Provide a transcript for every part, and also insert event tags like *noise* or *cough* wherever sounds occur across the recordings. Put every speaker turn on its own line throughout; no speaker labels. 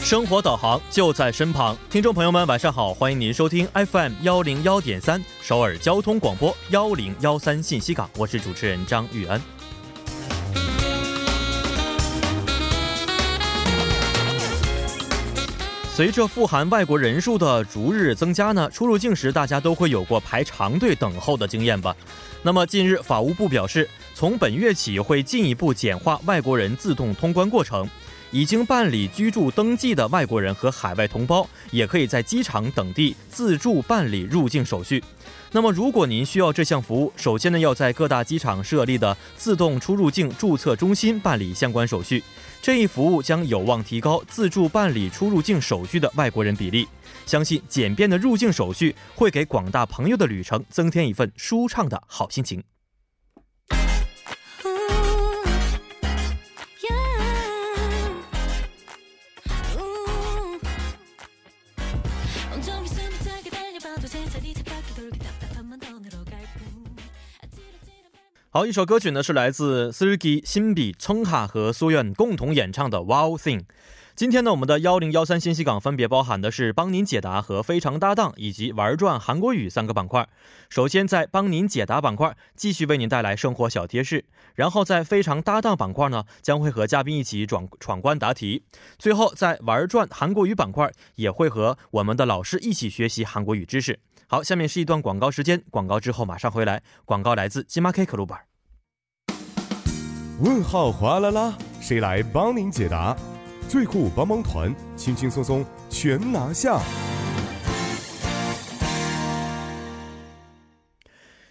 生活导航就在身旁，听众朋友们，晚上好，欢迎您收听 FM 幺零幺点三首尔交通广播幺零幺三信息港，我是主持人张玉恩。随着富含外国人数的逐日增加呢，出入境时大家都会有过排长队等候的经验吧？那么近日，法务部表示，从本月起会进一步简化外国人自动通关过程。已经办理居住登记的外国人和海外同胞，也可以在机场等地自助办理入境手续。那么，如果您需要这项服务，首先呢要在各大机场设立的自动出入境注册中心办理相关手续。这一服务将有望提高自助办理出入境手续的外国人比例。相信简便的入境手续会给广大朋友的旅程增添一份舒畅的好心情。好，一首歌曲呢是来自 Sergi、辛比、聪卡和苏苑共同演唱的《Wow Thing》。今天呢，我们的幺零幺三信息港分别包含的是帮您解答和非常搭档以及玩转韩国语三个板块。首先在帮您解答板块，继续为您带来生活小贴士；然后在非常搭档板块呢，将会和嘉宾一起闯闯关答题；最后在玩转韩国语板块，也会和我们的老师一起学习韩国语知识。好，下面是一段广告时间，广告之后马上回来。广告来自金马 K 可鲁本。
问号哗啦啦，谁来帮您解答？最酷帮帮团，轻轻松松全拿下。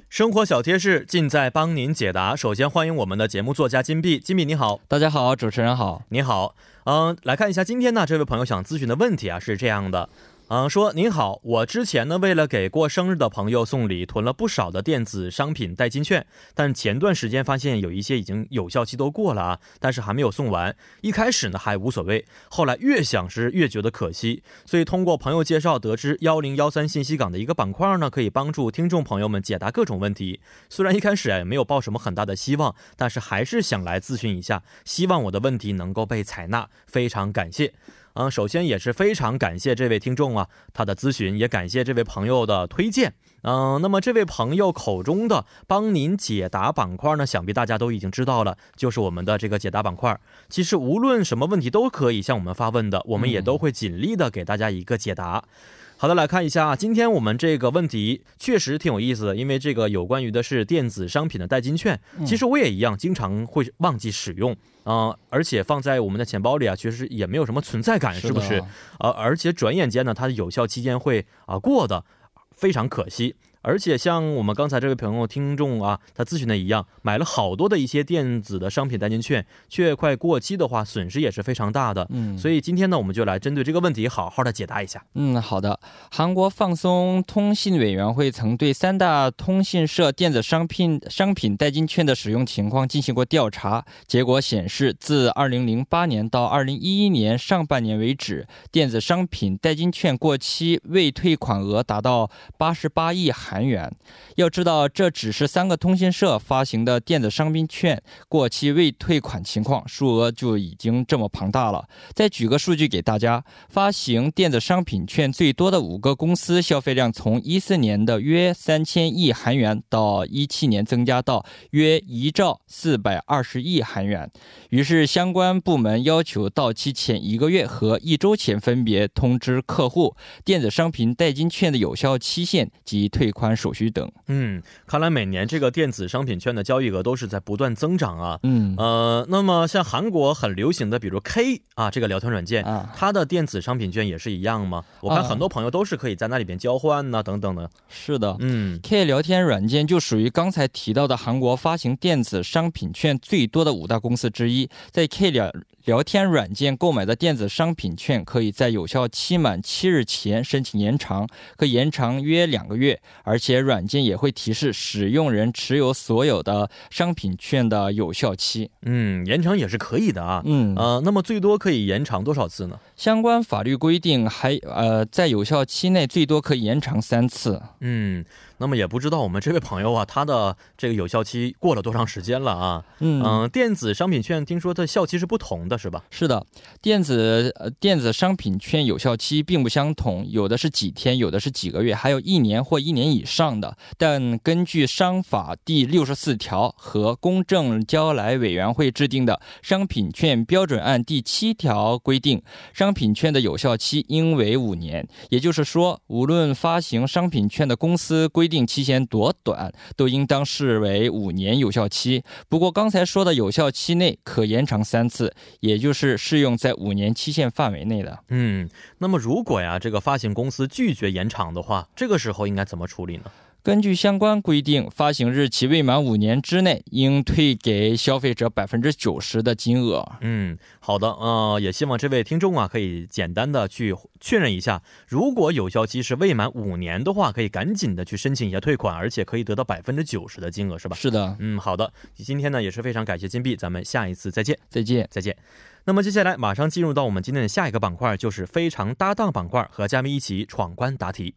生活小贴士尽在帮您解答。首先欢迎我们的节目作家金币，金币你好，
大家好，主持人好，
你好。嗯，来看一下今天呢，这位朋友想咨询的问题啊是这样的。嗯，说您好，我之前呢为了给过生日的朋友送礼，囤了不少的电子商品代金券，但前段时间发现有一些已经有效期都过了啊，但是还没有送完。一开始呢还无所谓，后来越想是越觉得可惜，所以通过朋友介绍得知，幺零幺三信息港的一个板块呢，可以帮助听众朋友们解答各种问题。虽然一开始啊也没有抱什么很大的希望，但是还是想来咨询一下，希望我的问题能够被采纳，非常感谢。嗯，首先也是非常感谢这位听众啊，他的咨询，也感谢这位朋友的推荐。嗯、呃，那么这位朋友口中的帮您解答板块呢，想必大家都已经知道了，就是我们的这个解答板块。其实无论什么问题都可以向我们发问的，我们也都会尽力的给大家一个解答。好的，来看一下啊，今天我们这个问题确实挺有意思的，因为这个有关于的是电子商品的代金券，其实我也一样，经常会忘记使用。嗯、呃，而且放在我们的钱包里啊，其实也没有什么存在感，是不
是
是？
啊
呃，而且转眼间呢，它的有效期间会啊、过的，非常可惜。而且像我们刚才这位朋友听众啊，他咨询的一样，买了好多的一些电子的商品代金券，却快过期的话，损失也是非常大的。
嗯
所以今天呢，我们就来针对这个问题好好的解答一下。
嗯，好的。韩国放松通信委员会曾对三大通信社电子商品商品代金券的使用情况进行过调查，结果显示，自2008年到2011年上半年为止，电子商品代金券过期未退款额达到88亿韩元。要知道，这只是三个通信社发行的电子商品券过期未退款情况，数额就已经这么庞大了。再举个数据给大家，发行电子商品券最多的五个公司消费量从一四年的约三千亿韩元到一七年增加到约一兆四百二十亿韩元。于是相关部门要求到期前一个月和一周前分别通知客户电子商品代金券的有效期限及退款手续等。
嗯，看来每年这个电子商品券的交易额都是在不断增长啊。
嗯
呃，那么像韩国很流行的，比如 K 啊这个聊天软件，
啊，
它的电子商品券也是一样吗？我看
啊
很多朋友都是可以在那里边交换呐、等等的。
是的，
嗯
K 聊天软件就属于刚才提到的韩国发行电子商品券最多的五大公司之一。在 K 聊聊天软件购买的电子商品券，可以在有效期满七日前申请延长，可延长约两个月。而且软件也会提示使用人持有所有的商品券的有效期。
嗯，延长也是可以的啊。
嗯
呃，那么最多可以延长多少次呢？
相关法律规定还呃，在有效期内最多可以延长三次。
嗯，那么也不知道我们这位朋友啊，他的这个有效期过了多长时间了啊？
嗯
嗯、电子商品券听说它效期是不同的，是吧？
是的，电子呃电子商品券有效期并不相同，有的是几天，有的是几个月，还有一年或一年以上的。但根据商法第六十四条和公证交来委员会制定的《商品券标准案》第七条规定，商品券的有效期应为五年。也就是说，无论发行商品券的公司规定期限多短，都应当视为五年有效期。不过刚才说的有效期内可延长三次，也就是适用在五年期限范围内的。
嗯，那么如果呀，这个发行公司拒绝延长的话，这个时候应该怎么处理呢？
根据相关规定，发行日期未满五年之内，应退给消费者百分之九十的金额。
嗯，好的，呃，也希望这位听众啊，可以简单的去确认一下，如果有效期是未满五年的话，可以赶紧的去申请一下退款，而且可以得到百分之九十的金额，是吧？
是的，
嗯，好的，今天呢也是非常感谢金币，咱们下一次再见，
再见。
再见。那么接下来马上进入到我们今天的下一个板块，就是非常搭档板块，和嘉宾一起闯关答题。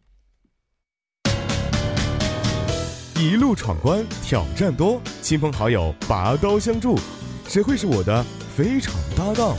一路闯关，挑战多，亲朋好友拔刀相助，谁会是我的非常搭档？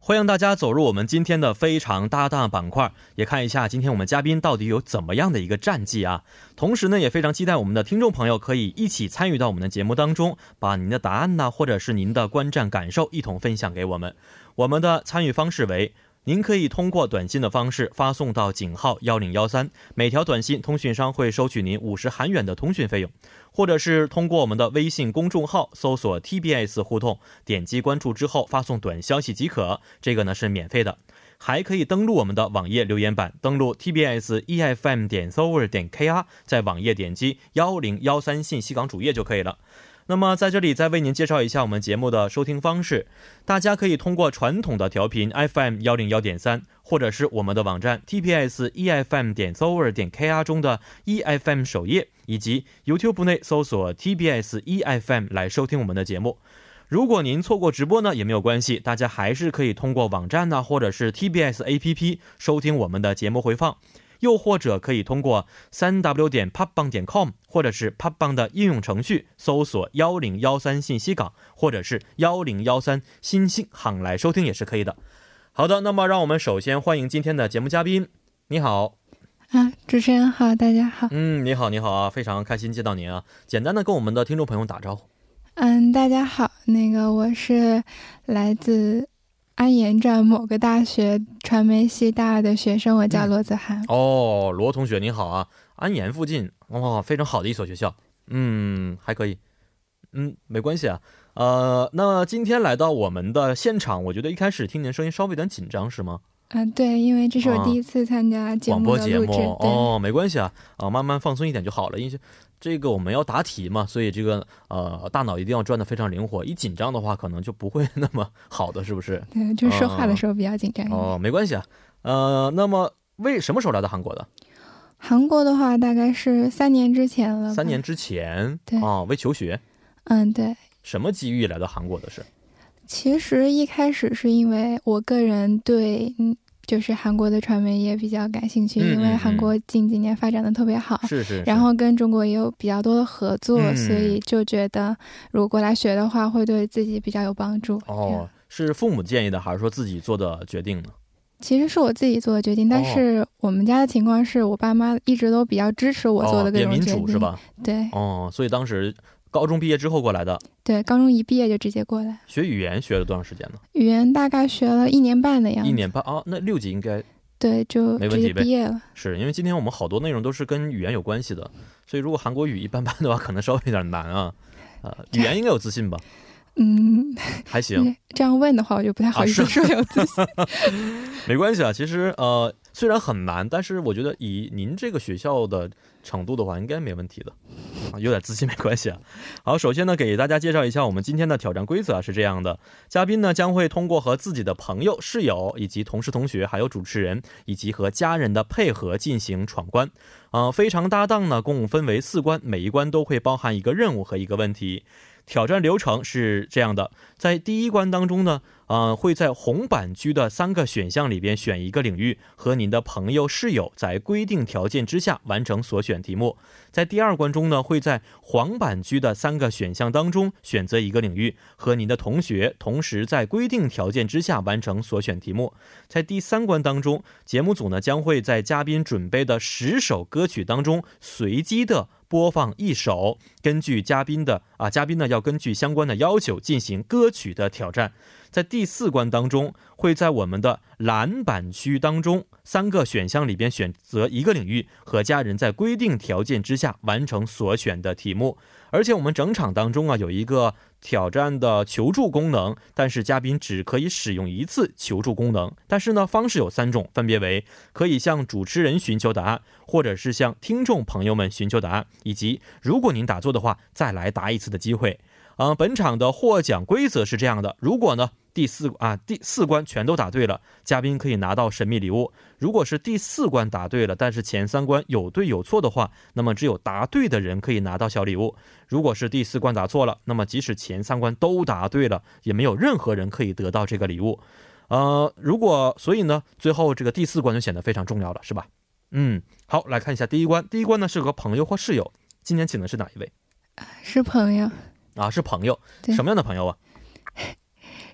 欢迎大家走入我们今天的非常搭档板块，也看一下今天我们嘉宾到底有怎么样的一个战绩啊！同时呢，也非常期待我们的听众朋友可以一起参与到我们的节目当中，把您的答案呐、或者是您的观战感受一同分享给我们。我们的参与方式为。您可以通过短信的方式发送到井号幺零幺三，每条短信通讯商会收取您五十韩元的通讯费用，或者是通过我们的微信公众号搜索 TBS 互动，点击关注之后发送短消息即可，这个呢是免费的。还可以登录我们的网页留言板，登录 tbs efm 点 s o v e r 点 kr，在网页点击幺零幺三信息港主页就可以了。那么在这里再为您介绍一下我们节目的收听方式，大家可以通过传统的调频 FM 幺零幺点三，或者是我们的网站 TPS EFM 点 s o v e r 点 KR 中的 EFM 首页，以及 YouTube 内搜索 TBS EFM E 来收听我们的节目。如果您错过直播呢，也没有关系，大家还是可以通过网站呢，或者是 TBS APP 收听我们的节目回放，又或者可以通过三 w 点 p u b b a n g 点 com 或者是 p u b b a n g 的应用程序搜索幺零幺三信息港或者是幺零幺三新信行来收听也是可以的。好的，那么让我们首先欢迎今天的节目嘉宾，你好，
啊，主持人好，大家好。
嗯，你好，你好啊，非常开心见到您啊，简单的跟我们的听众朋友打招呼。
嗯，大家好，那个我是来自安岩站某个大学传媒系大二的学生，我叫
嗯
罗子涵。
哦，罗同学您好啊，安岩附近哦，非常好的一所学校，嗯，还可以，嗯，没关系啊。呃，那今天来到我们的现场，我觉得一开始听您声音稍微有点紧张，是吗？
嗯，对，因为这是
啊
我第一次参加节
广
目
播
的
节
录
目
制，
哦，没关系啊，啊，慢慢放松一点就好了，因为这个我们要答题嘛，所以这个呃，大脑一定要转的非常灵活，一紧张的话，可能就不会那么 *laughs* 好的，是不是？
对对，就是说话
啊
的时候比较紧张一点。
哦，没关系啊，呃，那么为什么时候来到韩国的？
韩国的话，大概是三年之前了。
三年。之前
呃对
啊、为求学，
嗯，对。
什么机遇来到韩国的是？
其实一开始是因为我个人对嗯，就是韩国的传媒业比较感兴趣，
嗯
因
嗯
为
嗯
韩国近几年发展的特别好。
是是是
哦然后跟中国也有比较多的合作，
嗯
所以就觉得如果过来学的话，会对自己比较有帮助。这样
哦，，是父母建议的，还是说自己做的决定呢？
其实是我自己做的决定，但是我们家的情况是我爸妈一直都比较支持我做的
哦、
各
也
种
民
决定，
主是？吧？
对
哦，所以当时高中毕业之后过来的，
对，高中一毕业就直接过来，
学语言学了多长时间呢？
语言大概学了一年半的样子，
一年半啊，那六级应该
对，就
没问
直
题
接
呗
毕业了。
是因为今天我们好多内容都是跟语言有关系的，所以如果韩国语一般般的话，可能稍微有点难啊。呃，语言应该有自信吧？
嗯，
还行，
*laughs* 这样问的话，我就不太好意
啊
思
是
说有自信。
没关系啊。其实呃，虽然很难，但是我觉得以您这个学校的程度的话，应该没问题的。啊，有点自信没关系啊。好，首先呢，给大家介绍一下我们今天的挑战规则啊，是这样的：嘉宾呢将会通过和自己的朋友、室友以及同事、同学，还有主持人以及和家人的配合进行闯关。啊呃，非常搭档呢，共分为四关，每一关都会包含一个任务和一个问题。挑战流程是这样的，在第一关当中呢，呃，会在红板区的三个选项里边选一个领域，和您的朋友室友在规定条件之下完成所选题目。在第二关中呢，会在黄板区的三个选项当中选择一个领域，和您的同学同时在规定条件之下完成所选题目。在第三关当中，节目组呢将会在嘉宾准备的十首歌曲当中随机的播放一首，根据嘉宾的啊，嘉宾呢要根据相关的要求进行歌曲的挑战。在第四关当中，会在我们的蓝板区当中三个选项里边选择一个领域，和家人在规定条件之下完成所选的题目。而且我们整场当中啊有一个挑战的求助功能，但是嘉宾只可以使用一次求助功能。但是呢，方式有三种，分别为可以向主持人寻求答案，或者是向听众朋友们寻求答案，以及如果您答错的话，再来答一次的机会。嗯、本场的获奖规则是这样的：如果呢第四啊第四关全都答对了，嘉宾可以拿到神秘礼物；如果是第四关答对了，但是前三关有对有错的话，那么只有答对的人可以拿到小礼物；如果是第四关答错了，那么即使前三关都答对了，也没有任何人可以得到这个礼物。呃，如果所以呢，最后这个第四关就显得非常重要了，是吧？嗯，好，来看一下第一关。第一关呢是和朋友或室友，今天请的是哪一位
*laughs* 是朋友，
啊？是朋友，
对
什么样的朋友啊？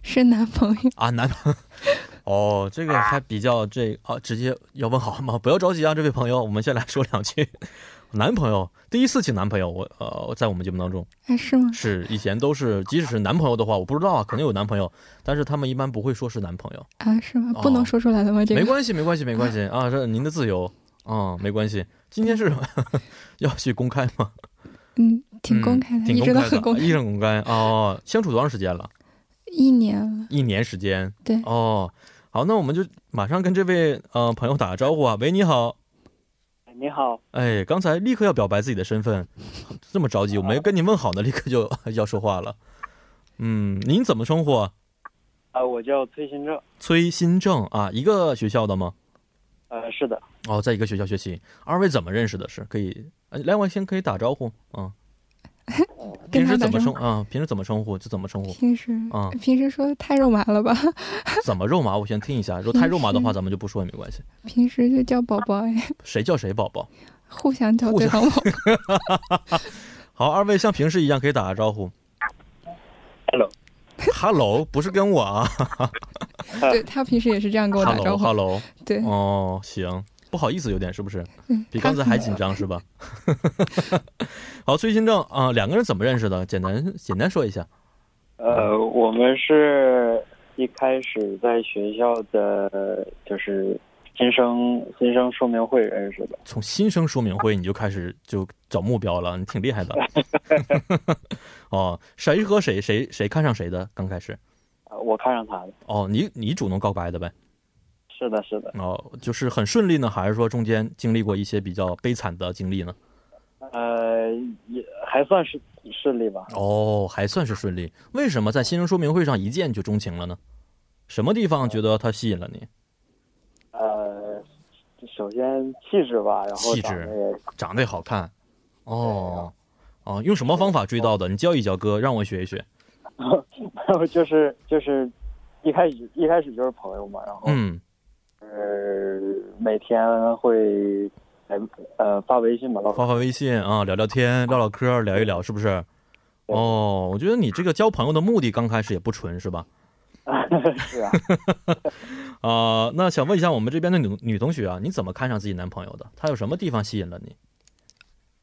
是男朋友。
啊，男朋友。哦，这个还比较这啊，直接要问好吗？不要着急啊，这位朋友，我们先来说两句。男朋友第一次请男朋友，我呃，在我们节目当中
哎，是吗？
是以前都是，即使是男朋友的话，我不知道啊，可能有男朋友，但是他们一般不会说是男朋友，
啊，是吗？
哦
不能说出来的吗？这
没
个
关系，没关系，没关系啊，这您的自由啊、嗯，没关系。今天是 *laughs* 要去公开吗？
嗯，挺公
嗯
开的，
挺
一
公
直都
开
很公
的，一
开。
直很公开哦。相处多长时间了？
一年了，
一年时间。
对
哦，好，那我们就马上跟这位呃朋友打个招呼啊。喂，你好。
你好，
哎，刚才立刻要表白自己的身份，这么着急，我没跟你问好呢，立刻就要说话了。嗯，您怎么称呼？
呃，我叫崔新正，
崔新正啊，一个学校的吗？
呃，是的，
哦，在一个学校学习。二位怎么认识的？是可以，呃来，我先可以打招呼啊。
跟
平
他
时
打
怎么
招
称
呼。
啊？平时怎么称呼就怎么称
*laughs*
呼
平时
啊？
平时说太肉麻了吧？ *laughs*
怎么肉麻？我先听一下。如果太肉麻的话，咱们就不说也没关系。
平时就叫宝宝哎，
谁叫谁宝宝？
*laughs* 互相叫
互
对
相
方
*laughs*
宝宝。
好，二位像平时一样可以打个招呼。
Hello
Hello，不是 *laughs* 跟我啊。
对他平时也是这样跟我打招呼。
Hello，Hello。
对，
哦，行，不好意思，有点是不是？
嗯
比
他
刚才还紧张是吧？ *laughs* 好，崔新正啊、两个人怎么认识的？简单简单说一下。
呃，我们是一开始在学校的就是新生新生说明会认识的，
从新生说明会你就开始就找目标了，你挺厉害的。 *laughs* 哦，谁和谁谁谁看上谁的？刚开始
呃我看上他了，
哦，你你主动告白的呗？
是的，是的，
哦，就是很顺利呢，还是说中间经历过一些比较悲惨的经历呢？
呃，也还算是顺利吧，
哦，还算是顺利。为什么在新生说明会上一见就钟情了呢？什么地方觉得他吸引了你？
呃，首先气质吧，然后
气质
长得也
长得也好看，哦，哦，用什么方法追到的？你教一教哥，让我学一学。
然后 *laughs* 就是就是一开始一开始就是朋友嘛，然后
嗯，
呃每天会呃呃发微信吧， *laughs* 老
发发微信啊，聊聊天，唠唠嗑，聊一聊，是不是？
对
哦，我觉得你这个交朋友的目的刚开始也不纯，是吧？
是啊。
啊、那想问一下我们这边的女女同学啊，你怎么看上自己男朋友的？他有什么地方吸引了你？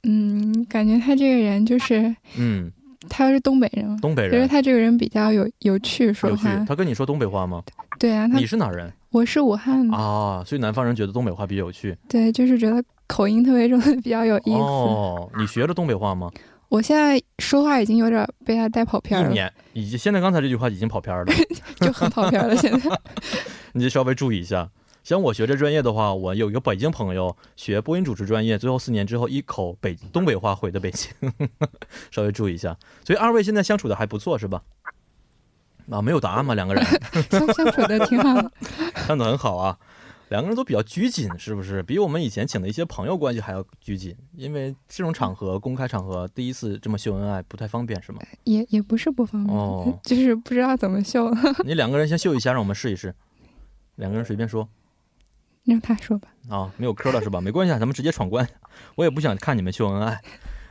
嗯，感觉他这个人就是，
嗯，
他是东北人嘛，
东北
觉得
人，
他这个人比较有有趣，说
有趣
话。。
他跟你说东北话吗？
对啊，他
你是哪人
我是武汉的，
啊？所以南方人觉得东北话比较有趣。
对，就是觉得口音特别重， *laughs* 比较有意思。
哦，你学了东北话吗？
我现在说话已经有点被他带跑
一
偏儿了，
年，已经现在刚才这句话已经跑偏了。
就很跑偏儿了。现在 *laughs*
你就稍微注意一下。像我学这专业的话，我有一个北京朋友学播音主持专业，最后四年之后一口北东北话毁的北京， *laughs* 稍微注意一下。所以二位现在相处的还不错是吧？啊，没有答案吗？两个人
相相处的挺好的。 *laughs*
相处得很好啊。 *laughs* 两个人都比较拘谨，是不是？比我们以前请的一些朋友关系还要拘谨，因为这种场合、公开场合，第一次这么秀恩爱不太方便，是吗？
也也不是不方便，
哦
就是不知道怎么秀了，
你两个人先秀一下，让我们试一试。两个人随便说
让他说吧。
啊，没有嗑了是吧？没关系，啊，咱们直接闯关。我也不想看你们秀恩爱。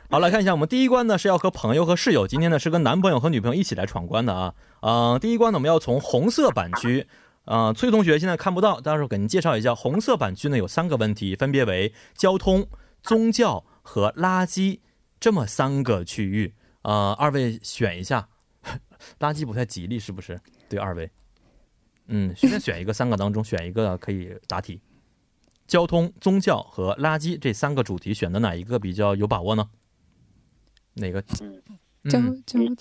好，来看一下，我们第一关呢是要和朋友和室友，今天呢是跟男朋友和女朋友一起来闯关的啊。嗯、第一关呢我们要从红色版区，呃，崔同学现在看不到，但是我给您介绍一下，红色版区呢有三个问题，分别为交通、宗教和垃圾这么三个区域。呃，二位选一下， *laughs* 垃圾不太吉利是不是？对二位，嗯，随便选一个，三个当中选一个可以答题。交通、宗教和垃圾这三个主题，选的哪一个比较有把握呢？哪个？
嗯
交
嗯，
交通，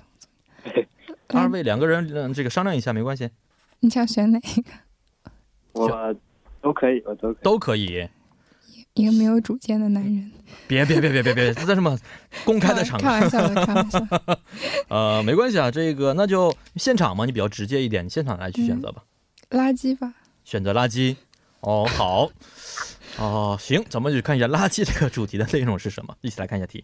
*laughs* 二位两个人嗯，这个商量一下没关系，
你想选哪一个？
我都可以，我都可以。
都可以。
一个没有主见的男人，
别别别别别别，在什么公开的场
*laughs* 开
合，
玩笑
*laughs*
的，开玩笑的。
呃，没关系啊，这个那就现场嘛，你比较直接一点，你现场来去选择吧，
垃圾吧，
选择垃圾。哦，好，哦，行，咱们就看一下垃圾这个主题的内容是什么，一起来看一下题。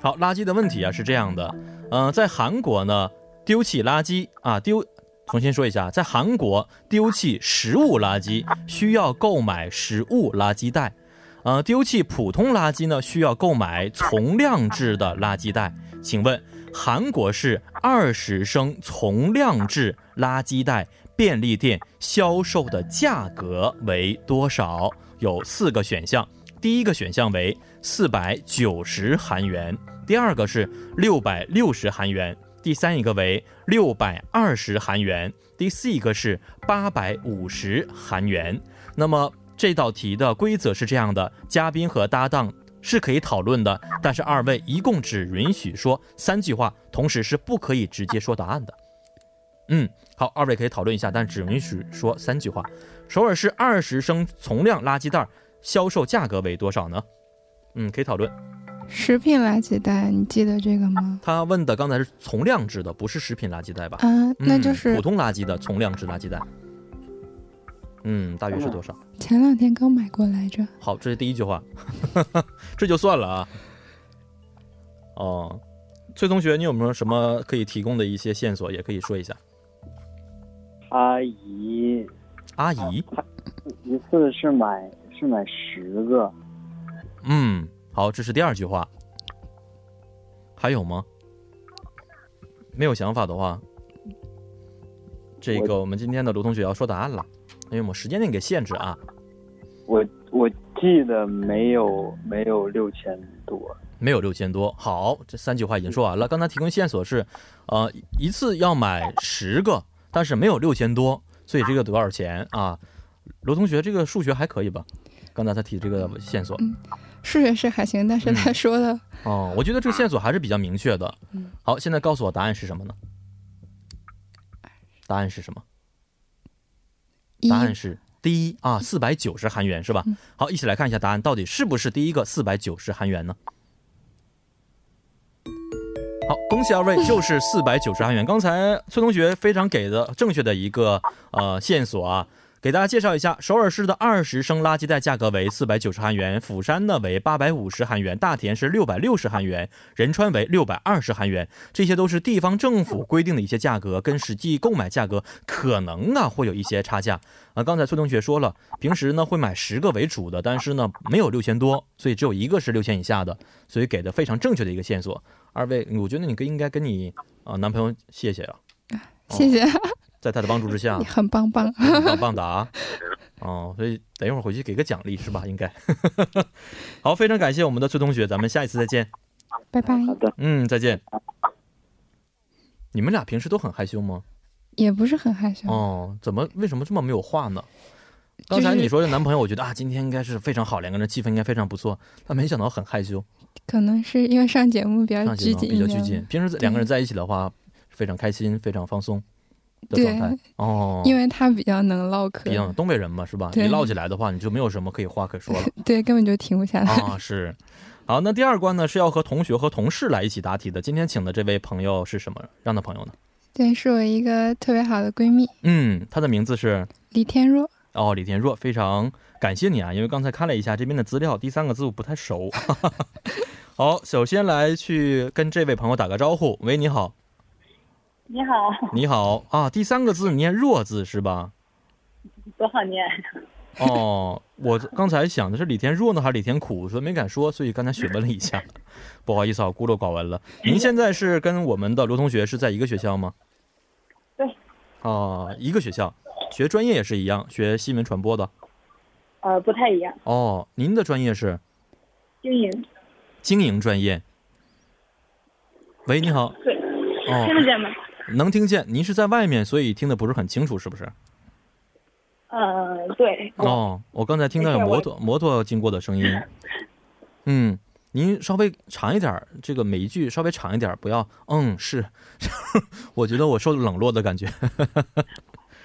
好，垃圾的问题啊是这样的，嗯、在韩国呢，丢弃垃圾啊丢，重新说一下，在韩国丢弃食物垃圾需要购买食物垃圾袋，呃，丢弃普通垃圾呢需要购买从量制的垃圾袋。请问韩国是二十升从量制垃圾袋便利店销售的价格为多少？有四个选项，第一个选项为四百九十韩元，第二个是六百六十韩元，第三一个为六百二十韩元，第四一个是八百五十韩元。那么这道题的规则是这样的：嘉宾和搭档是可以讨论的，但是二位一共只允许说三句话，同时是不可以直接说答案的。嗯，好，二位可以讨论一下，但只允许说三句话。首尔市二十升从量垃圾袋销售价格为多少呢？嗯，可以讨论。
食品垃圾袋，你记得这个吗？
他问的刚才是从量制的，不是食品垃圾袋吧？
啊，那就
嗯、
是
普通垃圾的从量制垃圾袋。嗯，大约
哦
是多少？
前两天刚买过来着。
好，这是第一句话， *laughs* 这就算了啊。哦，崔同学，你有没有什么可以提供的一些线索，也可以说一下？
阿姨
阿姨，
一次是买是买十个，
嗯，好，这是第二句话。还有吗？没有想法的话，这个我们今天的卢同学要说答案了，因为我们时间内给限制啊，
我我记得没有没有六千多，
没有六千多。好，这三句话已经说完了。刚才提供线索是，呃，一次要买十个，但是没有六千多，所以这个多少钱啊？罗同学，这个数学还可以吧？刚才他提这个线索，
数学是还行，但是
嗯
他说的
哦，我觉得这个线索还是比较明确的
嗯。
好，现在告诉我答案是什么呢？答案是什么？
一
答案是第一啊，四百九十韩元是吧？好，一起来看一下答案到底是不是第一个四百九十韩元呢？好，恭喜二位，就是四百九十韩元。刚才崔同学非常给的正确的一个呃线索啊，给大家介绍一下，首尔市的二十升垃圾袋价格为四百九十韩元，釜山呢为八百五十韩元，大田是六百六十韩元，仁川为六百二十韩元，这些都是地方政府规定的一些价格，跟实际购买价格可能啊会有一些差价。啊，刚才崔同学说了，平时呢会买十个为主的，但是呢没有六千多，所以只有一个是六千以下的，所以给的非常正确的一个线索。二位，我觉得你跟应该跟你啊、男朋友谢谢啊，
谢谢，
哦在他的帮助之下
你，很棒棒。
棒棒的啊。哦，所以等一会儿回去给个奖励是吧？应该。 *laughs* 好，非常感谢我们的崔同学，咱们下一次再见。
拜拜。
好的，
嗯，再见。你们俩平时都很害羞吗？
也不是很害羞，
哦，怎么为什么这么没有话呢？刚才你说这男朋友，我觉得啊，今天应该是非常好，两个人气氛应该非常不错，但没想到很害羞，
可能是因为上节目比较
上节
拘
目
谨
比
一
较
点，
拘谨。平时在两个人在一起的话，非常开心，非常放松的状
对，
态。哦，
因为他比较能唠
毕竟
嗑，
东北人嘛，是吧？
对
一唠起来的话，你就没有什么可以话可说
*laughs*
了。
对，根本就停不下来。
啊，是。好，那第二关呢是要和同学和同事来一起答题的。今天请的这位朋友是什么样的朋友呢？
对，是我一个特别好的闺蜜
嗯，她的名字是
李天若。
哦，李天若，非常感谢你啊，因为刚才看了一下这边的资料，第三个字我不太熟。 *laughs* 好，首先来去跟这位朋友打个招呼。喂，你好，
你好，
你好啊，第三个字你念“若”字是吧？
多好念，
哦，我刚才想的是李天若呢还是李天苦，所以没敢说，所以刚才询问了一下， *laughs* 不好意思啊，孤陋寡闻了。您现在是跟我们的罗同学是在一个学校吗？
对。
啊，一个学校，学专业也是一样，学新闻传播的。
呃，不太一样，
哦，您的专业是
经营，
经营专业。喂，你好，
对，
哦
听得见吗？
能听见？您是在外面，所以听得不是很清楚，是不是？
呃，对，
哦，我刚才听到有摩托摩托经过的
*laughs*
声音。嗯，您稍微长一点儿，这个每一句稍微长一点儿，不要嗯是。 *laughs* 我觉得我受冷落的感觉。
*laughs*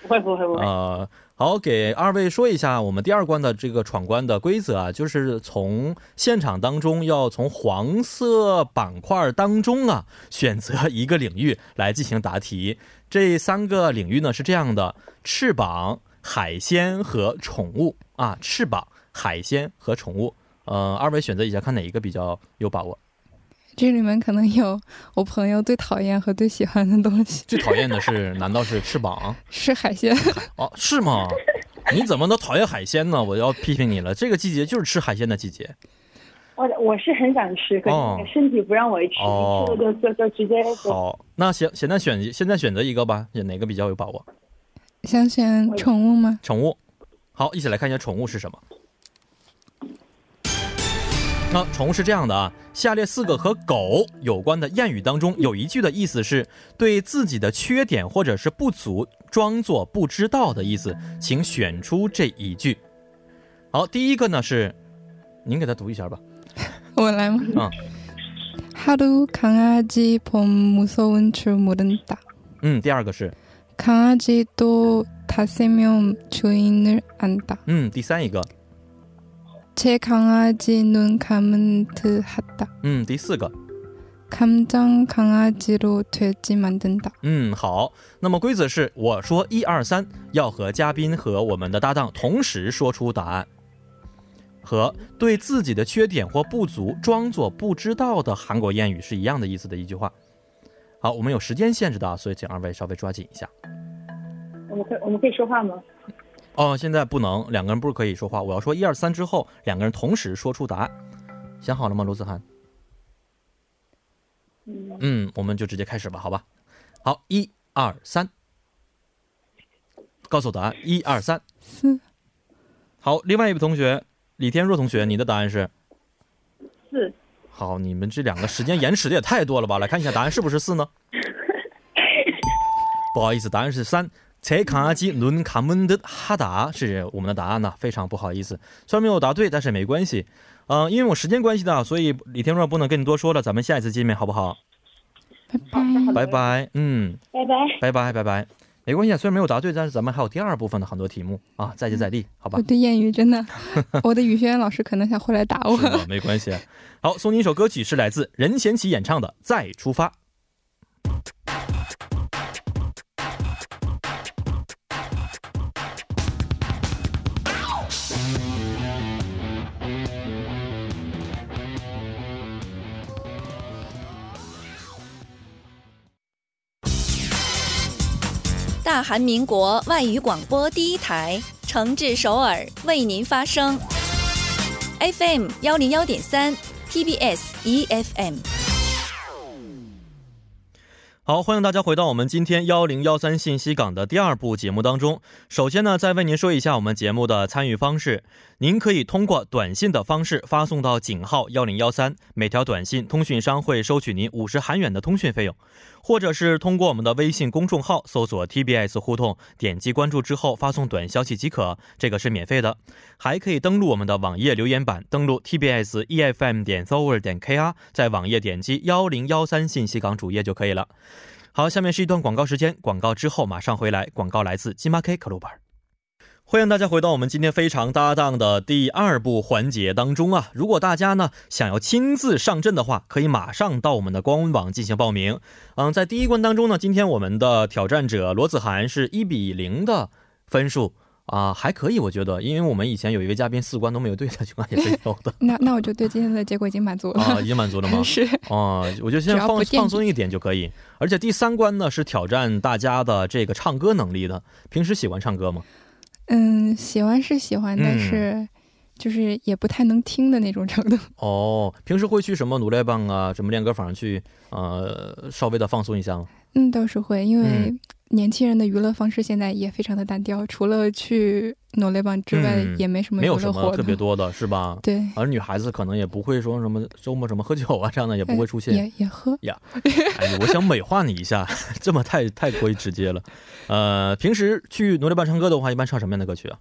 不会不会不会，
呃，好，给二位说一下我们第二关的这个闯关的规则啊，就是从现场当中要从黄色板块当中啊选择一个领域来进行答题。这三个领域呢是这样的：翅膀、海鲜和宠物啊，翅膀、海鲜和宠物。呃，二位选择一下，看哪一个比较有把握？
这里面可能有我朋友最讨厌和最喜欢的东西
最讨厌的是，难道是翅膀？
是海鲜， *laughs*
哦，是吗？你怎么能讨厌海鲜呢？我要批评你了，这个季节就是吃海鲜的季节。
我我是很想吃，可是
哦
那个身体不让我吃，
哦
吃了就就就直接就
好，那行，现在选一现在选择一个吧，选哪个比较有把握？
想选宠物吗？
宠物，好，一起来看一下宠物是什么。那、宠物是这样的啊，下列四个和狗有关的谚语当中，有一句的意思是对自己的缺点或者是不足装作不知道的意思，请选出这一句。好，第一个呢是，您给他读一下吧。
我来吗？
嗯
하루강아지봄무서운줄모른다。
嗯，第二个是，
강아지도다스면주인을안다。
嗯，第三一个，
제 강아지 눈 감은 듯하다.
嗯，第四个，
감정 강아지로 돼지 만든다.
嗯，好。那么规则是，我说一二三，要和嘉宾和我们的搭档同时说出答案，和对自己的缺点或不足装作不知道的韩国谚语是一样的意思的一句话。好，我们有时间限制的啊，所以请二位稍微抓紧一下。
我们可以我们可以说话吗？
哦，现在不能，两个人不是可以说话。我要说一二三之后，两个人同时说出答案。想好了吗，罗子涵？
嗯，
嗯，我们就直接开始吧，好吧？好，一二三，告诉我答案。一二三。
스,
好，另外一位同学李天若同学，你的答案是？
四
好，你们这两个时间延迟的也太多了吧？来看一下答案是不是四呢？不好意思，答案是三。제강아지눈감은듯하다是我们的答案呢、非常不好意思，虽然没有答对，但是没关系。嗯、因为我时间关系呢，所以李天若不能跟你多说了，咱们下一次见面好不好？
빠이빠이.
拜拜，嗯，
拜拜。
拜拜，拜拜，没关系，啊，虽然没有答对，但是咱们还有第二部分的很多题目啊，再接再厉，好吧
我？对谚语
*laughs*
真的，我的语学院老师可能想回来打我
是。吗？没关系。啊好，送你一首歌曲，是来自任贤齐演唱的《再出发》。
大韩民国外语广播第一台，诚挚首尔为您发声，FM 幺零幺点三，TBS EFM。
好，欢迎大家回到我们今天幺零幺三信息港的第二部节目当中。首先呢，再为您说一下我们节目的参与方式。您可以通过短信的方式发送到井号幺零幺三，每条短信通讯商会收取您五十韩元的通讯费用，或者是通过我们的微信公众号搜索 TBS 互动，点击关注之后发送短消息即可，这个是免费的。还可以登录我们的网页留言板，登录 TBS EFM E 点 s o u r 点 KR，在网页点击幺零幺三信息港主页就可以了。好，下面是一段广告时间，广告之后马上回来。广告来自金马 K 克鲁本。欢迎大家回到我们今天非常搭档的第二部环节当中啊！如果大家呢想要亲自上阵的话，可以马上到我们的官网进行报名。嗯，在第一关当中呢，今天我们的挑战者罗子涵是一比零的分数啊、还可以，我觉得，因为我们以前有一位嘉宾四关都没有对的情况下也是有的
那那我就对今天的结果已经满足了。？
啊，已经满足了吗
*laughs* 是，
哦，我觉得现
只
在
要
放
不垫
放
底
松一点就可以。而且第三关呢是挑战大家的这个唱歌能力的。平时喜欢唱歌吗？
嗯，喜欢是喜欢，但
嗯
是就是也不太能听的那种程度。 *laughs*
哦，平时会去什么努力棒啊，什么练歌房去呃稍微的放松一下吗？
嗯，倒是会，因为
嗯
年轻人的娱乐方式现在也非常的单调，除了去努力榜之外，
嗯
也没什么
没
娱
有什
乐
么
活
特
动。
别多的是吧？
对，
而女孩子可能也不会说什么周末什么喝酒啊这样的也不会出现。
也也喝。
哎，我想美化你一下， *laughs* 这么太太过于直接了。呃，平时去努力棒唱歌的话，一般唱什么样的歌曲啊？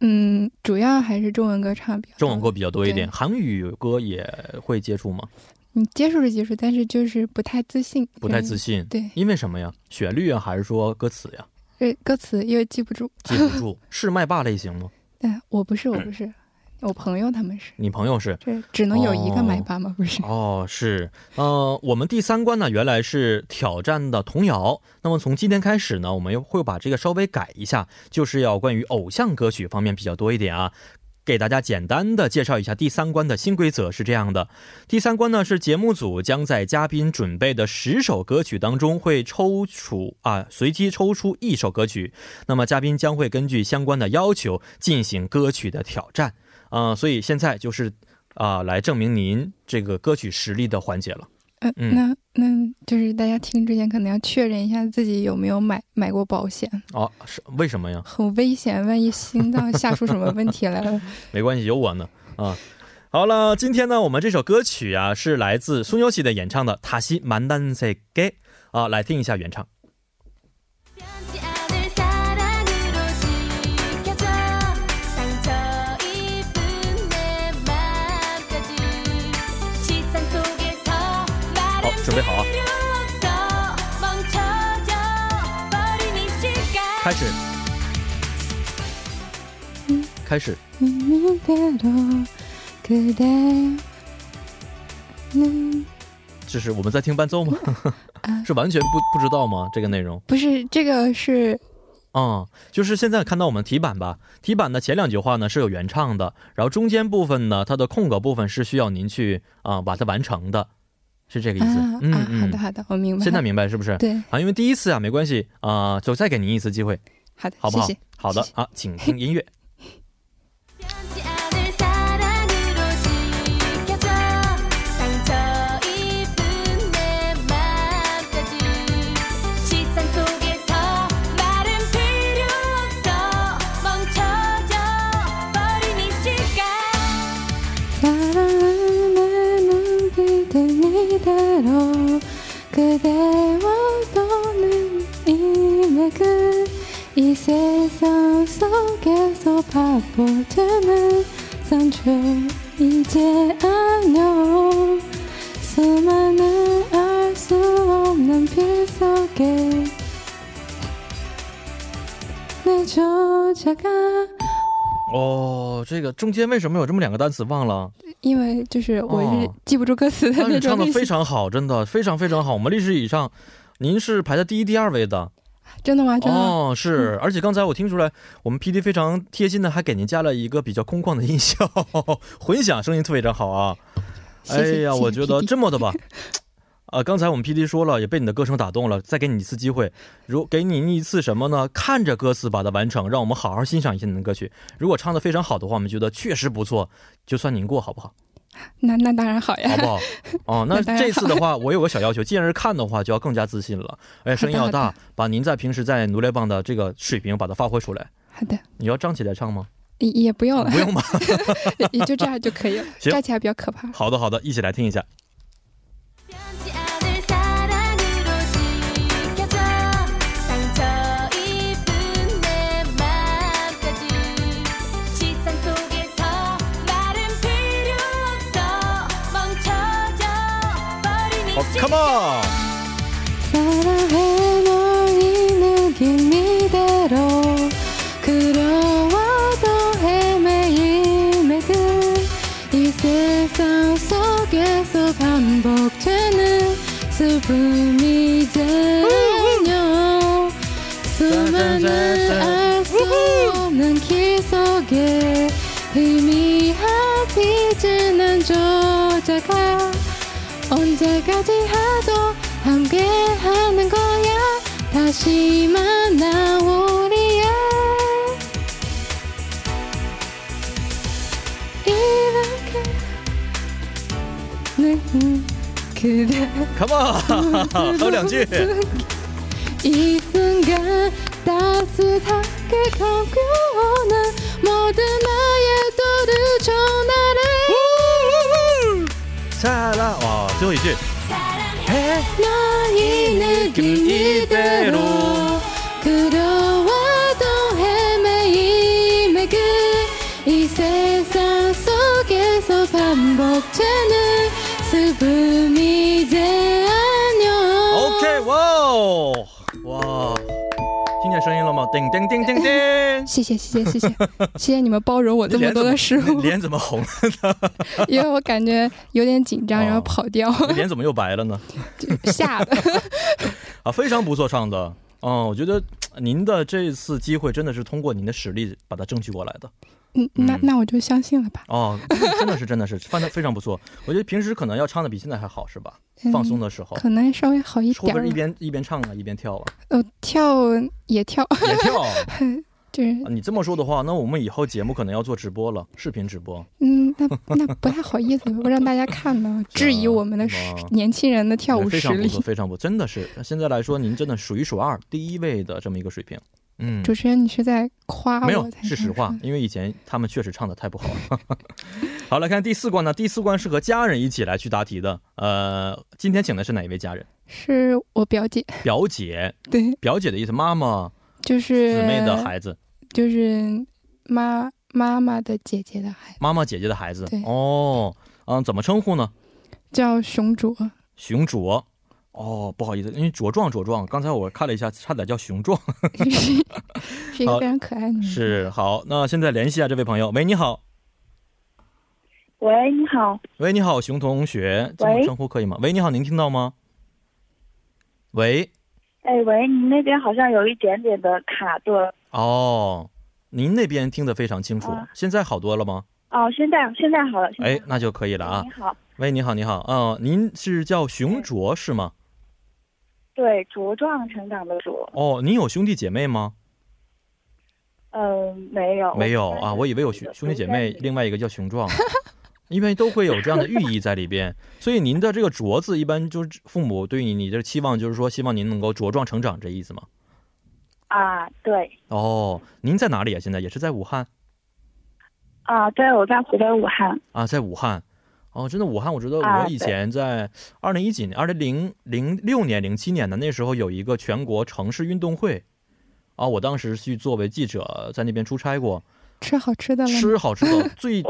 嗯，主要还是中文歌唱比较多。
中文歌比较多一点，
对
韩语歌也会接触吗？
你嗯接触是接触，但是就是不太自信，
不太
嗯
自。信。
对，
因为什么呀？旋律啊，还是说歌词呀？
这歌词又记不住。
记不住，是麦霸类型吗？
但我不是，我
*clears throat*
不是，我朋友他们是，
你朋友是？
这只能有一
哦
个买吧吗？不是。
哦，是，呃，我们第三关呢，原来是挑战的童谣。那么从今天开始呢，我们又会把这个稍微改一下，就是要关于偶像歌曲方面比较多一点啊。给大家简单的介绍一下第三关的新规则是这样的：第三关呢是节目组将在嘉宾准备的十首歌曲当中会抽出啊，随机抽出一首歌曲，那么嘉宾将会根据相关的要求进行歌曲的挑战啊、所以现在就是啊、来证明您这个歌曲实力的环节了。
嗯，
嗯
那那就是大家听之前可能要确认一下自己有没有买买过保险，
哦，是为什么呀？
很危险，万一心脏下出什么问题来
*laughs*
了。
没关系，有我呢啊。好了，今天呢，我们这首歌曲啊是来自苏有喜的演唱的《塔西만난给》啊，来听一下原唱。
변치 않을 사랑으로 지켜줘 상처 입은 내 맘까지 시선 속에서 말은
어,
필요
준비 가.
없어 멈춰져 버리니 실까
开始，开始。
이대로 그대 는
这是我们在听伴奏吗？ *laughs* 是完全不不知道吗？这个内容
不是这个是
啊、嗯，就是现在看到我们题版吧，题版的前两句话呢是有原唱的，然后中间部分呢，它的空格部分是需要您去啊、把它完成的，是这个意思。
啊
嗯
啊，
嗯，
好的好的，我明白了。
现在明白是不是？
对，
啊，因为第一次啊，没关系啊、就再给您一次机会，
好的，
好不好？
谢谢。
好的
谢
啊，请听音乐。
변치 않을 사랑으로 지켜줘 상처 입은 내 맘까지 시선 속에서 말은 필요 없어 멈춰져 버리니 실까
사랑하는 그댄 이대로 그대와 떠는 이내 그이 세상 속에서 바보되는 상처 이제 안녕 수많은 알 수 없는 필 속에 내 쫓아가
哦，这个中间为什么有这么两个单词忘
*laughs*
了？
因为就是我是
哦
记不住歌词的
但是
那
你唱
种
的
类型，
非常好，真的非常非常好。我们历史以上，您是排在第一、第二位的。
真的吗？真的嗯吗？
哦，是，而且刚才我听出来，我们 P D 非常贴心的，还给您加了一个比较空旷的音效， *laughs* 混响声音特别的好啊。
谢谢
哎呀，
谢谢
我觉得
PD
这么的吧， *laughs* 啊、刚才我们 P D 说了，也被你的歌声打动了，再给你一次机会，如给你一次什么呢？看着歌词把它完成，让我们好好欣赏一下您的歌曲。如果唱的非常好的话，我们觉得确实不错，就算您过好不好？
那那当然好
好 *laughs*
呀
不。好？哦，那
那当然
这次的话，我有个小要求，既然是看的话，就要更加自信了，哎，声音要
好的好
大，把您在平时在奴隶棒的这个水平把它发挥出来。
好的，
你要站起来唱吗？
也也不用了，
哦不用吧。
*laughs* 也就这样就可以了。
*laughs* 行
站起来比较可怕。
好的，好的，一起来听一下。
변치 않을 사랑으로 지켜줘 상처 입은 내 맘까지 시선 속에서 말은 필요 없어 멈춰져 버리니
好，Come on！
사랑해 널 있는 길 이대로 그런 。
슬픔이 다녀 수많은 알 수 없는 길 속에 희미한 빛을 난 조작아 언제까지 하도 함께하는 거야 다시 만나 우리야 이렇게 는 그대
컴온 *laughs*
또
哼两句
예. 이 순간 따뜻하게 감겨오는 모든 나의 도를 전하래
下啦哇最后一句
너의 느낌 이대로 그려와도 헤매임의 그이 세상 속에서 반복되는 슬픔 이제 안녕
OK 哇哦哇，听见声音了吗？叮叮叮 *laughs* 叮叮
*laughs* 谢谢谢谢谢谢谢谢你们包容我这么多的失
你
误，
脸怎么 *laughs* 红了？
因为我感觉有点紧张，
哦
然后跑掉， *laughs*
你脸怎么又白了呢？
吓的。
啊，非常不错唱的。嗯，我觉得嘖您的这次机会真的是通过您的实力把它争取过来的。
嗯，那
嗯
那我就相信了吧。
哦，真的是真的是，翻的非常不错。我觉得平时可能要唱的比现在还好是吧？
嗯
放松的时候，
可能稍微好一
会
点
不
儿
会一
吧。
边一边唱啊一边跳啊？
呃，跳也跳，
也跳
*laughs*
啊。
就是
啊你这么说的话，那我们以后节目可能要做直播了，视频直播。
嗯，那那不太好意思，不让大家看
*laughs*
呢，质疑我们的实
哇
年轻人的跳舞
啊非
实
常不
力。
错，非常不错，真的是现在来说，您真的数一数二，第一位的这么一个水平。嗯，
主持人，你是在夸
没
啊我
有
才
是
这
实
么
话
说，
因为以前他们确实唱的太不好了。 *laughs* 好，来看第四关呢，第四关是和家人一起来去答题的。呃，今天请的是哪一位家人？
是我表姐，
表姐，
对，
表姐的意思，妈妈、
就是
姊妹的孩子，
就是妈妈妈的姐姐的孩子，
妈妈姐姐的孩子
对。
哦，嗯，怎么称呼呢？
叫熊
*laughs*
卓，
熊卓。哦，不好意思，因为茁壮茁壮，刚才我看了一下，差点叫熊壮。
是一
好
个非常可爱的女孩。
*laughs* 是，好，那现在联系一下这位朋友。喂，你好。
喂，你好，
喂，你好，熊同学，这么
喂
称呼可以吗？喂，你好，您听到吗？喂，
哎，喂，你那边好像有一点点的卡顿。
哦，您那边听得非常清楚，
啊
现在好多了吗？
哦，现在现在好了，现在
哎，那就可以了啊
你。好，
喂，你好，你好，嗯、您是叫熊卓是吗？
对，茁壮成长的茁，
哦，您有兄弟姐妹吗？
嗯，没有，
没有啊，我以为有兄兄弟姐妹，另外一个叫熊壮，啊 *laughs* 因为都会有这样的寓意在里 *laughs* 边。所以您的这个“卓”字，一般就是父母对你你的期望，就是说希望您能够茁壮成长，这意思吗？
啊，对，
哦，您在哪里啊？现在也是在武汉。
啊，对，我在湖北武汉，
啊，在武汉。哦，真的，武汉，我觉得
啊
我以前在二零一几年、二零零零六年、零七年的那时候有一个全国城市运动会，啊，我当时去作为记者在那边出差过，
吃好吃的了吗？
吃好吃的，
*laughs*
最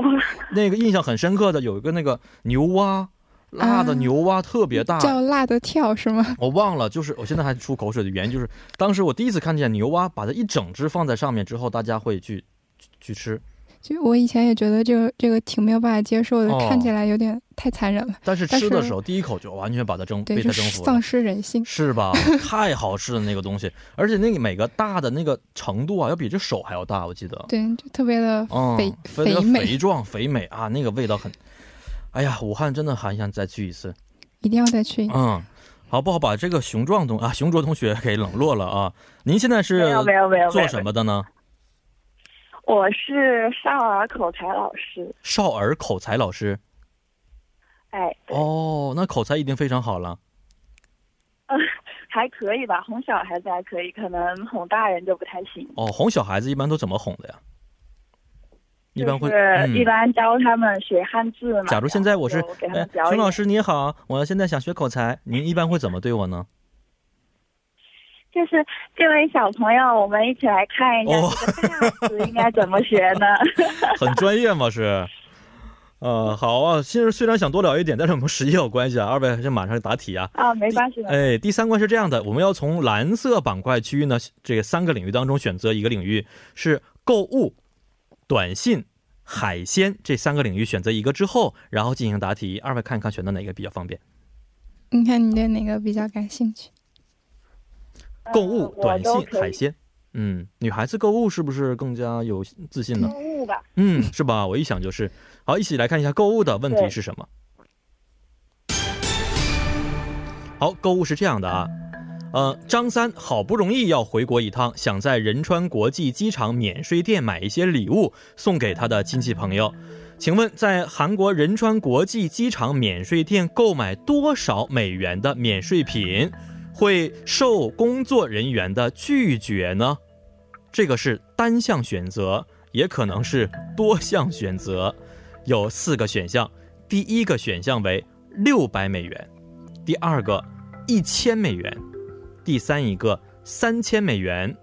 那个印象很深刻的有一个那个牛蛙，辣的
啊
牛蛙特别大，
叫辣的跳是吗？
我忘了，就是我现在还出口水的原因就是当时我第一次看见牛蛙，把它一整只放在上面之后，大家会去去去吃，
就我以前也觉得这个这个挺没有办法接受的，
哦
看起来有点太残忍了，
但是
但
吃的
是
时候第一口就完全把它征
对，
被
就
它征
是
服了
丧。失人性。
是
*laughs*
吧？太好吃了那个东西，而且那个每个大的那个程度啊，要比这手还要大，我记得。
*laughs* 对，就特别的
嗯，
肥、
非常
美，
肥壮肥美啊，那个味道很。哎呀，武汉真的还想再去一次。
一定要再去。
嗯，好不好？把这个熊壮同啊，熊卓同学给冷落了啊。您现在
没
是
有没有没有，没
做
有
什？么的呢？
我是少儿口才老师，
少儿口才老师。
哎，对
哦，那口才一定非常好了。
还可以吧，哄小孩子还可以，可能哄大人就不太行。
哦，哄小孩子一般都怎么哄的呀？一般会、
就是
嗯
一般教他们学汉字嘛。
假如现在我是
然后就给他
哎
们表，
熊
演，
老师你好，我现在想学口才，您一般会怎么对我
*laughs*
呢？
就是这位小朋友，我们一起来看一下
哦
这个大词应该怎么学
*laughs*
呢？
很专业吗？是，呃，好啊。其实虽然想多聊一点，但是我们时间有关系啊，二位还是马上答题啊。
啊，没关系的。
哎，第三关是这样的，我们要从蓝色板块区域呢，这个三个领域当中选择一个领域，是购物、短信、海鲜这三个领域选择一个之后，然后进行答题。二位看一看选择哪个比较方便？
你看你对哪个比较感兴趣？
购物、
呃我
短
都
信、
可
海
以
鲜。嗯，女孩子购物是不是更加有自信呢
购？物吧。
嗯，是吧？我一想就是。好，一起来看一下购物的问题
对
是什么。好，购物是这样的啊，呃，张三好不容易要回国一趟，想在仁川国际机场免税店买一些礼物送给他的亲戚朋友。请问，在韩国仁川国际机场免税店购买多少美元的免税品会受工作人员的拒绝呢？这个是单项选择，也可能是多项选择，有四个选项。第一个选项为六百美元，第二个一千美元，第三一个三千美元，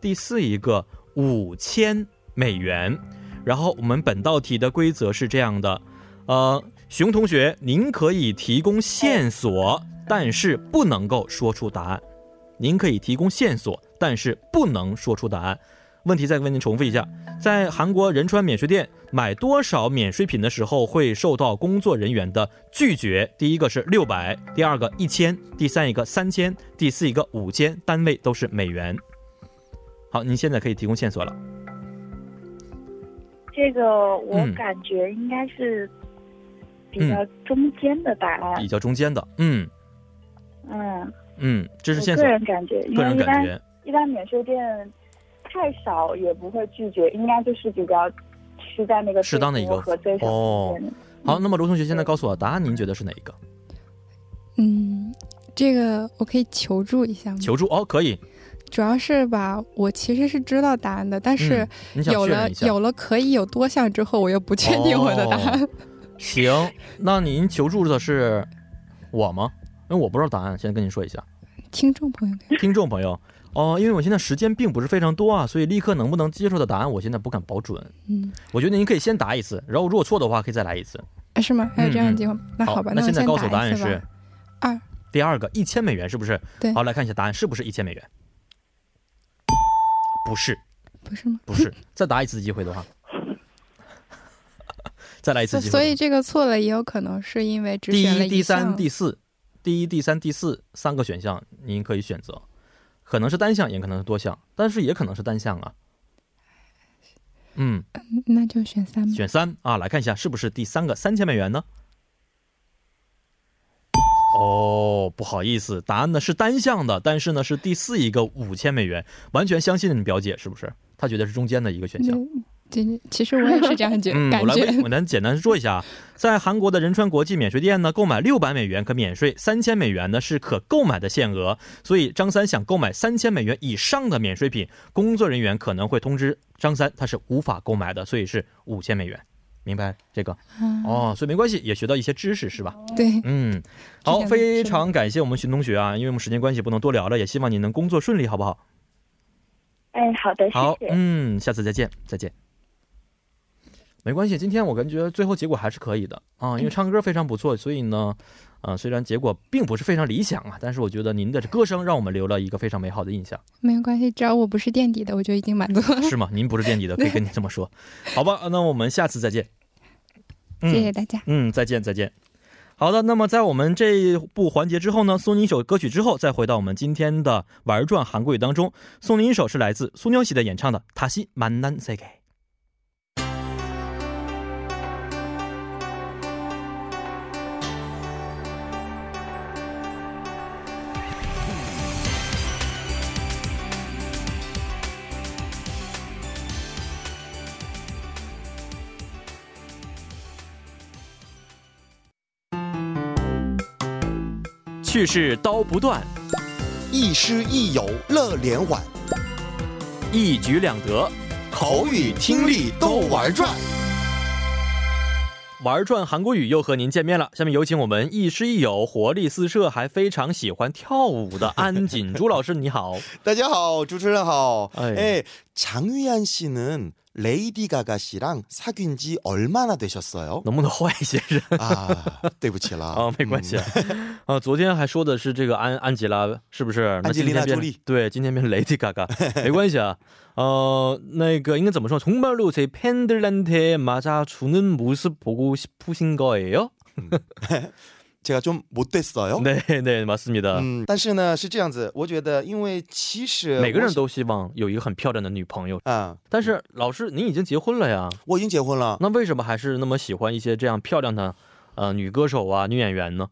第四一个五千美元。然后我们本道题的规则是这样的，呃，熊同学，您可以提供线索，但是不能够说出答案。您可以提供线索，但是不能说出答案。问题再为您重复一下：在韩国仁川免税店买多少免税品的时候会受到工作人员的拒绝？第一个是六百，第二个一千，第三一个三千，第四一个五千，单位都是美元。好，您现在可以提供线索了。
这个我
嗯
感觉应该是比较中间的答案
比。较中间的，嗯
嗯，
嗯，这是
我
线索
个，人感觉，因
个
为
人
一
感
般
觉，
一般免税店太少也不会拒绝，应该就是比较是在那个
适当的一个
最多和最少
哦
之间的
好，那么卢同学现在告诉我答案，您觉得是哪一个？
嗯，这个我可以求助一下吗？
求助哦，可以，
主要是吧，我其实是知道答案的，但是
嗯你想
有
确
了、
认一下。
有了可以有多项之后，我又不 *laughs* 确定我的答案。
哦行，那您求助的是我吗？因为我不知道答案，先跟您说一下，
听众朋友可以，
听众朋
*laughs*
友。哦，因为我现在时间并不是非常多啊，所以立刻能不能接受的答案，我现在不敢保准。
嗯，
我觉得您可以先答一次，然后如果错的话，可以再来一次。
啊是吗？还有这样的机会吗？那好吧，
嗯那
我
现
先
在告诉我答
打一
案
次吧
是。
二。
第二个一千美元是不是？
对
好，来看一下答案是不是一千美元？不是，
不是吗？
不
*laughs*
是。再答一次机会的话，再来一次机会。
所以这个错了，也有可能是因为只
第
选了
一、
一
第三、
项
第四，第一、第三、第四三个选项您可以选择，可能是单项，也可能是多项，但是也可能是单项啊。嗯，
那就选三吧。
选三啊，来看一下是不是第三个三千美元呢？哦，不好意思，答案呢是单项的，但是呢是第四一个五千美元，完全相信你表姐是不是？她觉得是中间的一个选项。
嗯这其实我也是这样
*laughs*
觉
嗯，
感
我来为
*laughs* 觉。
我来简单说一
*laughs*
下啊，在韩国的仁川国际免税店呢，购买六百美元可免税，三千美元呢是可购买的限额。所以张三想购买三千美元以上的免税品，工作人员可能会通知张三他是无法购买的，所以是五千美元。明白这个
啊
哦，所以没关系，也学到一些知识是吧？
对，
嗯，
哦这
好，
样
非
是的
常感谢我们荀同学啊，因为我们时间关系不能多聊了，也希望你能工作顺利，好不好？
哎，好 *laughs* 的，谢
好，
谢。
嗯，下次再见，再见。没关系，今天我感觉最后结果还是可以的啊，因为唱歌非常不错，所以呢，呃，虽然结果并不是非常理想啊，但是我觉得您的歌声让我们留了一个非常美好的印象，
没有关系，只要我不是垫底的，我就已经满足了。
是吗？您不是垫底的，可以跟你这么说，好吧？那我们下次再见。嗯、
*laughs* 谢谢大家。
嗯，再见，再见。好的，那么在我们这一步环节之后呢，送您一首歌曲之后，再回到我们今天的玩转韩国语当中，送您一首是来自苏妞喜的演唱的《塔西만난세계》。去世刀不断，
亦师亦友乐连环，
一举两得。
口语听力都玩转。
玩转韩国语又和您见面了，下面有请我们亦师亦友、活力四射，还非常喜欢跳舞的安锦珠老师，你
*laughs*
好。
大家好，主持人好。
아이.
예, 장위안 씨는 레이디 가가 씨랑 사귄 지 얼마나 되셨어요?
能不能换一些人 *laughs*
嗯 아, 对不起啦.
啊？没关系啊。啊，昨天还说的是这个安安吉拉，是不是？那
嗯安吉丽娜
今天变
朱莉
对，今天变成 Lady Gaga，没 *laughs* 关系啊。呃，那个应该怎么说？정말로제 팬들한테 맞아주는 모습 보고 싶으신 거예요?
제가 좀
*laughs*
못됐어요.
네, 네, 맞습니다.
哦嗯，但是呢是这样子，我觉得因为其实
每个
我
人
是
都希望有一个很漂亮的女朋友，
啊、
但是老师，您已经结婚了呀，
我已经结婚了，
那为什么还是那么喜欢一些这样漂亮的呃女歌手啊、女演员呢？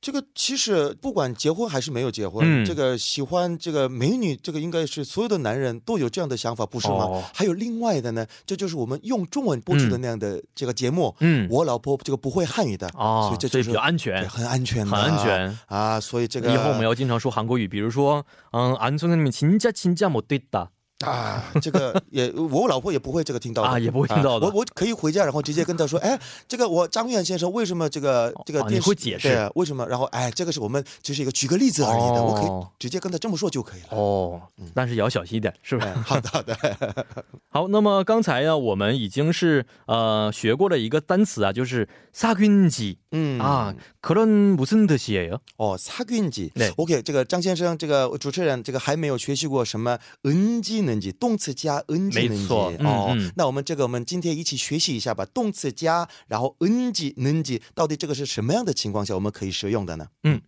这个其实不管结婚还是没有结婚，
嗯
这个喜欢这个美女，这个应该是所有的男人都有这样的想法，不是吗？
哦
还有另外的呢，这就是我们用中文播出的
嗯
那样的这个节目。
嗯，
我老婆这个不会汉语的，
哦
所以，这
所
就
以
是
比较安全
对，很安全的，
很安全。
啊。所以这个
以后我们要经常说韩国语，比如说，嗯，안선생님진짜진짜못됐다。
啊，这个也我老婆也不会这个听到的
啊也不会听到的
我我可以回家，然后直接跟她说，哎，这个我张远先生为什么这个这个
哦
电视、
你会解释
对为什么？然后哎，这个是我们只是一个举个例子而已的，
哦
我可以直接跟她这么说就可以了。
哦，但是也要小心一点，是不是？
哎 *laughs* 好的好的，
*laughs* 好，那么刚才呢，我们已经是呃学过了一个单词啊，就是사귄지
嗯
啊，그런무슨뜻이에요？
哦，사귄지
네 。
OK，这个张先生，这个主持人，这个还没有学习过什么은지는지，动词加은지
没
는지。
错嗯
哦、
嗯
那我们这个我们今天一起学习一下吧。动词加，然后은지는지，到底这个是什么样的情况下我们可以使用的呢？
嗯。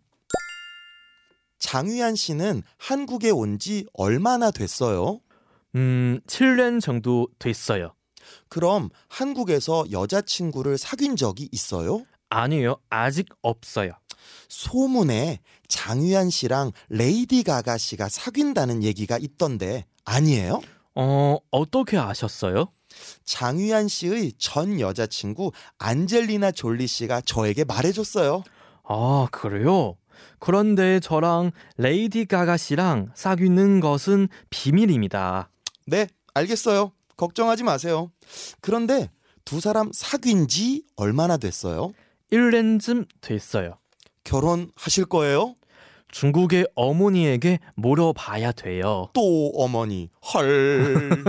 장유한씨는한국에온지얼마나됐어요
음, 7년 정도 됐어요.
그럼한국에서여자친구를사귄적이있어요
아니요, 아직 없어요.
소문에 장유한 씨랑 레이디 가가 씨가 사귄다는 얘기가 있던데 아니에요?
어, 어떻게 아셨어요?
장유한 씨의 전 여자친구 안젤리나 졸리 씨가 저에게 말해줬어요.
아, 그래요? 그런데 저랑 레이디 가가 씨랑 사귀는 것은 비밀입니다.
네, 알겠어요. 걱정하지 마세요. 그런데 두 사람 사귄 지 얼마나 됐어요?
1년쯤 됐어요.
결혼하실 거예요?
중국의 어머니에게 물어봐야 돼요.
또 어머니 헐.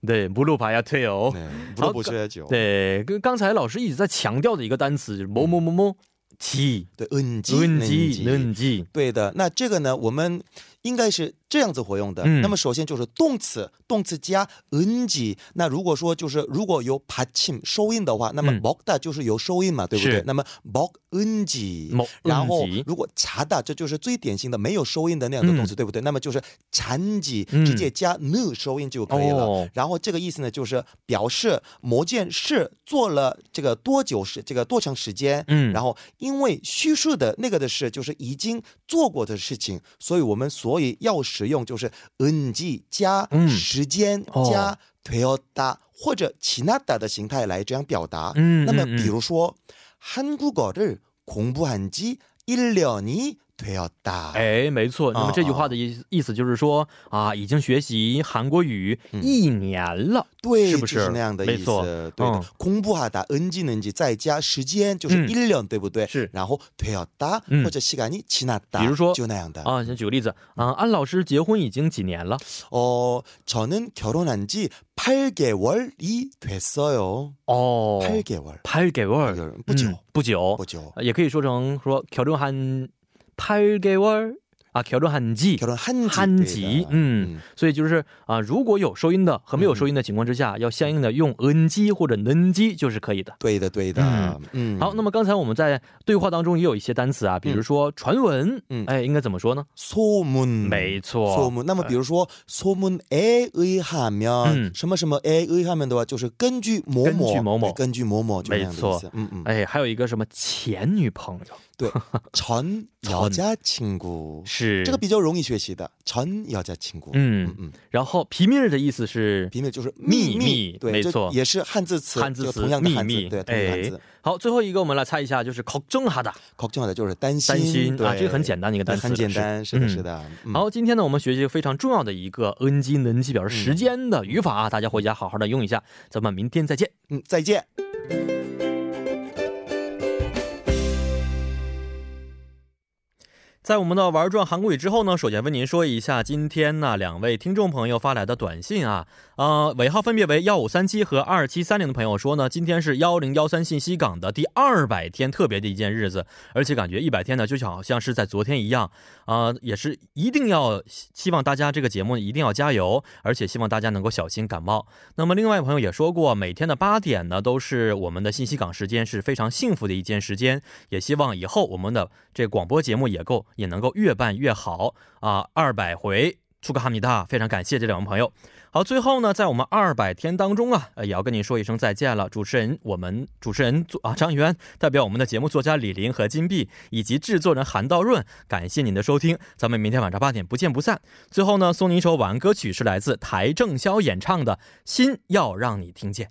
네, 물어봐야 돼요. 네,
네, 물어보셔야죠.
그刚才老师一直在强调的一个单词 뭐뭐뭐뭐 지,
네, 은지,
은지, 는지.
对的，那这个呢，我们应该是这样子活用的。
嗯
那么首先就是动词，动词加 ng。那如果说就是如果有 p a c h i m 收音的话，那么
嗯
먹다就是有收音嘛，对不对
是？
那么 먹 ng，
먹
然后
은지
如果查的，这就是最典型的没有收音的那样的动词，
嗯
对不对？那么就是잔지，直接加 n 收音就可以了。
哦
然后这个意思呢，就是表示某件事做了这个多久时，这个多长时间。
嗯
然后因为叙述的那个的事就是已经做过的事情，所以我们所以要使用就是 ng 加
嗯
时间
哦
加 d 었다或者지났다的形态来这样表达。
嗯
那么
嗯嗯
比如说한국어를공부한지일년이되었다。
哎，没错。
啊
那么这句话的意意思就是说啊，已经学习韩国语
嗯
一年了。
对，
是不是
就是那样的
没
意思？
错
对的
嗯，
공부하다 NG NG再加时间就是
嗯
一年，对不对？
是
然后되었다
嗯
或者시간이지났다，
比如说
就那样的。
啊，先举个例子啊，安老师结婚已经几年了？
어저는결혼한지8개월이됐어요。
哦，
8개월， 음,
팔개월 음.
嗯不久
不久
不久，
也可以说成说결혼한팔개월啊，결혼한지
결혼한지 음,
한지 음.
对的
嗯
嗯，
所以就是啊，如果有收音的和没有收音的情况之下，要相应的用 ng 或者 ng 就是可以的。
对的对的
嗯。
嗯，
好，那么刚才我们在对话当中也有一些单词啊，比如说传闻，
嗯
哎，应该怎么说呢？
소문，
没错，
소문。那么比
네.
如说소문에의하면
嗯，
什么什么에의하면的话，就是根据某
根
某，
据某某
对根据某某，就那样的
没
意
错
思。嗯嗯。
哎，还有一个什么前女朋友
对，전여자친구
是
这个比较容易学习的，전여자친구。
嗯
嗯嗯，
然后皮米尔的意思是
비밀就是
秘
秘
密
对，
没
这
错
也是汉字词，
汉字
就
词
同样的
秘
汉字，
密，
对，同样的
哎
汉字。，
好，最后一个我们来猜一下，就是걱정하다。
걱정하다就是担心，
担心啊
对
这个很简单的一个单词
很简单，是的，
是
是的。嗯
好，今天呢，我们学习非常重要的一个 ng 能记表示时间的语法啊，大家回家好好的用一下。咱们明天再见。
嗯，再见。
在我们的玩转韩国语之后呢，首先为您说一下今天呢两位听众朋友发来的短信啊，呃，尾号分别为幺五三七和二七三零的朋友说呢，今天是幺零幺三信息港的第二百天，特别的一件日子，而且感觉一百天呢就好像是在昨天一样啊、呃也是一定要希希望大家这个节目一定要加油，而且希望大家能够小心感冒。那么另外朋友也说过，每天的八点呢都是我们的信息港时间，是非常幸福的一件时间。也希望以后我们的这广播节目也够也能够越办越好啊！二百回出个哈密达，非常感谢这两位朋友。好，最后呢，在我们二百天当中啊，呃也要跟您说一声再见了。主持人，我们主持人作啊张元，代表我们的节目作家李林和金碧，以及制作人韩道润，感谢您的收听，咱们明天晚上八点不见不散。最后呢，送您一首晚安歌曲，是来自邰正宵演唱的《心要让你听见》。